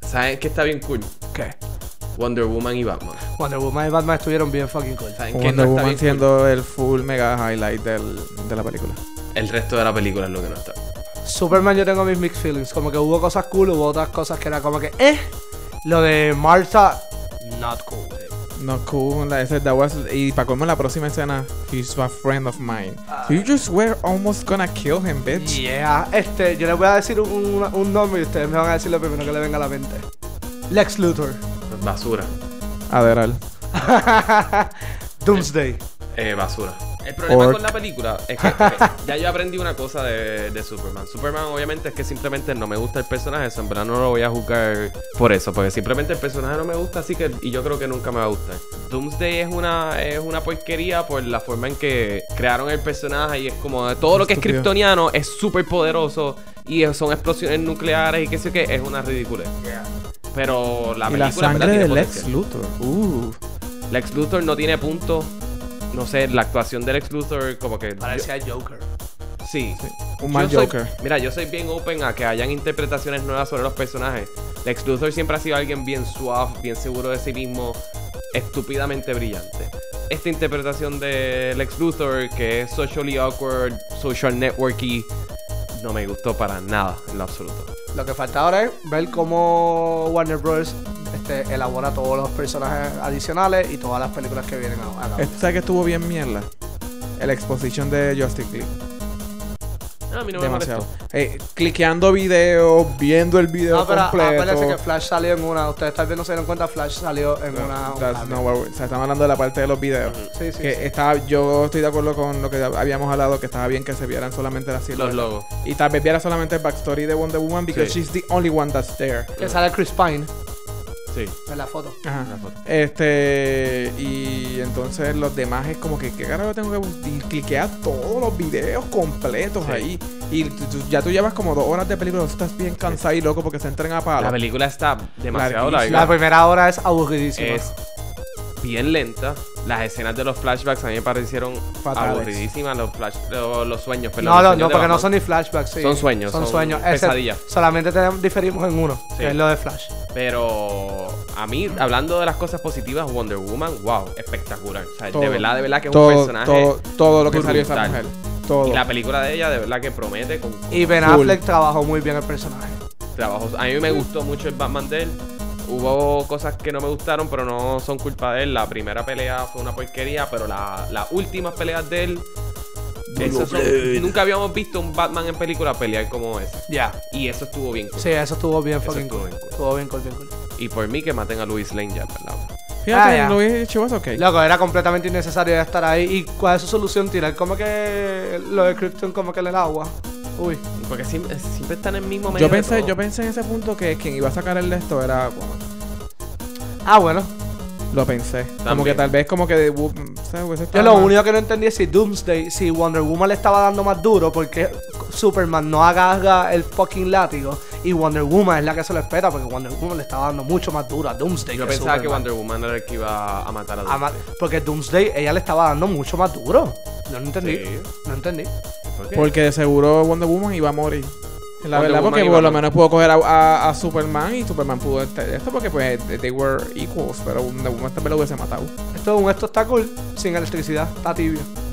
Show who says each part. Speaker 1: ¿Saben qué está bien cool?
Speaker 2: ¿Qué?
Speaker 1: Wonder Woman y Batman.
Speaker 2: Wonder Woman y Batman estuvieron bien fucking cool.
Speaker 1: ¿Saben qué no está
Speaker 3: Wonder Woman
Speaker 1: bien
Speaker 3: siendo el full mega highlight del, de la película.
Speaker 1: cool? El resto de la película es lo que no está.
Speaker 2: Superman yo tengo mis mixed feelings. Como que hubo cosas cool, hubo otras cosas que era como que, eh. Lo de Martha, not cool.
Speaker 3: No cool, la, ese, that was, y para colmo en la próxima escena, he's a friend of mine.
Speaker 1: Ah.
Speaker 3: you just were almost gonna kill him, bitch.
Speaker 2: Yeah, este, yo les voy a decir un, un- un nombre y ustedes me van a decir lo primero que le venga a la mente. Lex Luthor.
Speaker 1: Basura.
Speaker 3: Aderal.
Speaker 2: Doomsday.
Speaker 1: Eh, basura. El problema
Speaker 3: Orc.
Speaker 1: con la película es que ok, ya yo aprendí una cosa de, de Superman. Superman obviamente es que simplemente no me gusta el personaje, eso en verdad no lo voy a juzgar por eso, porque simplemente el personaje no me gusta, así que y yo creo que nunca me va a gustar. Doomsday es una es una porquería por la forma en que crearon el personaje y es como de todo lo que es
Speaker 3: Estúpido.
Speaker 1: kryptoniano es súper poderoso y son explosiones nucleares y qué sé yo qué, es una ridícula. Pero la
Speaker 3: y la
Speaker 1: película en verdad,
Speaker 3: sangre
Speaker 1: tiene
Speaker 3: de
Speaker 1: potencia.
Speaker 3: Lex Luthor. Uh.
Speaker 1: Lex Luthor no tiene punto. No sé, la actuación de Lex Luthor como que...
Speaker 2: Parecía Joker.
Speaker 1: yo- sí.
Speaker 3: Un mal
Speaker 1: Yo soy-
Speaker 3: Joker.
Speaker 1: mira, yo soy bien open a que hayan interpretaciones nuevas sobre los personajes. Lex Luthor siempre ha sido alguien bien suave, bien seguro de sí mismo, estúpidamente brillante. Esta interpretación de Lex Luthor, que es socially awkward, social networky, no me gustó para nada, en lo absoluto.
Speaker 2: Lo que falta ahora es ver cómo Warner Bros. Este, elabora todos los personajes adicionales y todas las películas que vienen a, a cabo.
Speaker 3: Esto sabe que estuvo bien mierda. El exposición de Justice League.
Speaker 1: A mí no me
Speaker 3: Demasiado.
Speaker 1: molestó.
Speaker 3: Eh, cliqueando video, viendo el video
Speaker 2: No, pero
Speaker 3: completo.
Speaker 2: acuérdense que Flash salió en una. Ustedes tal vez no se dieron cuenta, Flash salió en una. un
Speaker 3: That's
Speaker 2: cable.
Speaker 3: not what we- o sea, estamos hablando de la parte de los videos.
Speaker 2: Sí, sí.
Speaker 3: que
Speaker 2: sí.
Speaker 3: estaba, yo estoy de acuerdo con lo que habíamos hablado, que estaba bien que se vieran solamente las
Speaker 1: Los
Speaker 3: siluetas.
Speaker 1: logos.
Speaker 3: Y tal vez viera solamente el backstory de Wonder Woman because
Speaker 1: Sí.
Speaker 3: she's the only one that's there.
Speaker 2: Que sale Chris Pine
Speaker 1: Sí.
Speaker 2: en la foto.
Speaker 3: Ajá.
Speaker 1: foto.
Speaker 3: Este y entonces los demás es como que qué carajo tengo que bus- y cliquea todos los videos completos
Speaker 1: Sí.
Speaker 3: ahí y tú- tú- ya tú llevas como dos horas de película, tú estás bien cansado y loco porque se entran a
Speaker 1: La
Speaker 3: palo.
Speaker 1: película está demasiado
Speaker 3: Larguísima.
Speaker 1: larga.
Speaker 2: La primera hora es aburridísima.
Speaker 1: es bien lenta. Las escenas de los flashbacks a mí me parecieron
Speaker 3: Fatales.
Speaker 1: aburridísimas. Los, flash, lo- los sueños, perdón, los
Speaker 2: No, no,
Speaker 1: sueños
Speaker 2: no,
Speaker 1: de
Speaker 2: porque no
Speaker 1: Batman.
Speaker 2: son ni flashbacks, sí.
Speaker 1: Son sueños,
Speaker 2: Son
Speaker 1: son
Speaker 2: sueños. Ese-
Speaker 1: pesadillas.
Speaker 2: solamente tenemos- diferimos en uno,
Speaker 1: Sí.
Speaker 2: que es lo de Flash.
Speaker 1: Pero a mí, hablando de las cosas positivas, Wonder Woman, wow, espectacular. O sea, de
Speaker 3: Todo.
Speaker 1: verdad, de verdad que es un
Speaker 3: todo,
Speaker 1: personaje.
Speaker 3: todo, todo lo que salió esa
Speaker 1: brutal.
Speaker 3: mujer. Todo.
Speaker 1: Y la película de ella, de verdad que promete con, con
Speaker 2: Y Ben
Speaker 3: Full.
Speaker 2: Affleck trabajó muy bien el personaje.
Speaker 1: trabajos. A mí me gustó mucho el Batman de él. Hubo cosas que no me gustaron, pero no son culpa de él. La primera pelea fue una porquería, pero la- las últimas peleas de él. esas son- nunca habíamos visto un Batman en película pelear como ese.
Speaker 2: Ya.
Speaker 1: Y eso estuvo bien cool.
Speaker 2: Sí, eso estuvo bien
Speaker 1: Eso
Speaker 2: fucking
Speaker 1: estuvo
Speaker 2: cool.
Speaker 1: bien cool.
Speaker 2: Estuvo bien cool, bien cool.
Speaker 1: Y por mí que maten a Luis Lane ya, ¿verdad?
Speaker 3: Fíjate,
Speaker 2: Ah, ya.
Speaker 3: lo hubiese hecho, was okay.
Speaker 2: Loco, era completamente innecesario ya estar ahí. ¿Y cuál es su solución? Tirar como que lo de Krypton como que en el agua. Uy.
Speaker 1: Porque siempre, siempre están en el mismo medio.
Speaker 3: Yo
Speaker 1: de
Speaker 3: pensé,
Speaker 1: todo.
Speaker 3: yo pensé en ese punto que quien iba a sacar el de esto era Aquaman.
Speaker 2: Ah, bueno.
Speaker 3: Lo pensé. Como
Speaker 1: También.
Speaker 3: que tal vez como que de- o sea,
Speaker 2: Yo
Speaker 3: hubiese estado
Speaker 2: lo
Speaker 3: más-
Speaker 2: único que no entendí es si Doomsday, si Wonder Woman le estaba dando más duro porque Superman no agarra el fucking látigo y Wonder Woman es la que se lo espera porque Wonder Woman le estaba dando mucho más duro a Doomsday.
Speaker 1: Yo
Speaker 2: que
Speaker 1: pensaba que
Speaker 2: Superman.
Speaker 1: Wonder Woman era el que iba a matar a Luis.
Speaker 2: Ah, ma- porque Doomsday ella le estaba dando mucho más duro. Yo no entendí.
Speaker 1: Sí.
Speaker 2: No entendí.
Speaker 1: ¿Por qué?
Speaker 3: Porque de seguro Wonder Woman iba a morir. La
Speaker 1: Wonder
Speaker 3: verdad,
Speaker 1: Woman
Speaker 3: porque
Speaker 1: iba a
Speaker 3: por lo
Speaker 1: morir.
Speaker 3: menos pudo coger a, a- a Superman y Superman pudo estar esto porque pues they were equals, pero Wonder Woman también lo hubiese matado.
Speaker 2: Esto, esto está cool, sin electricidad, está tibio.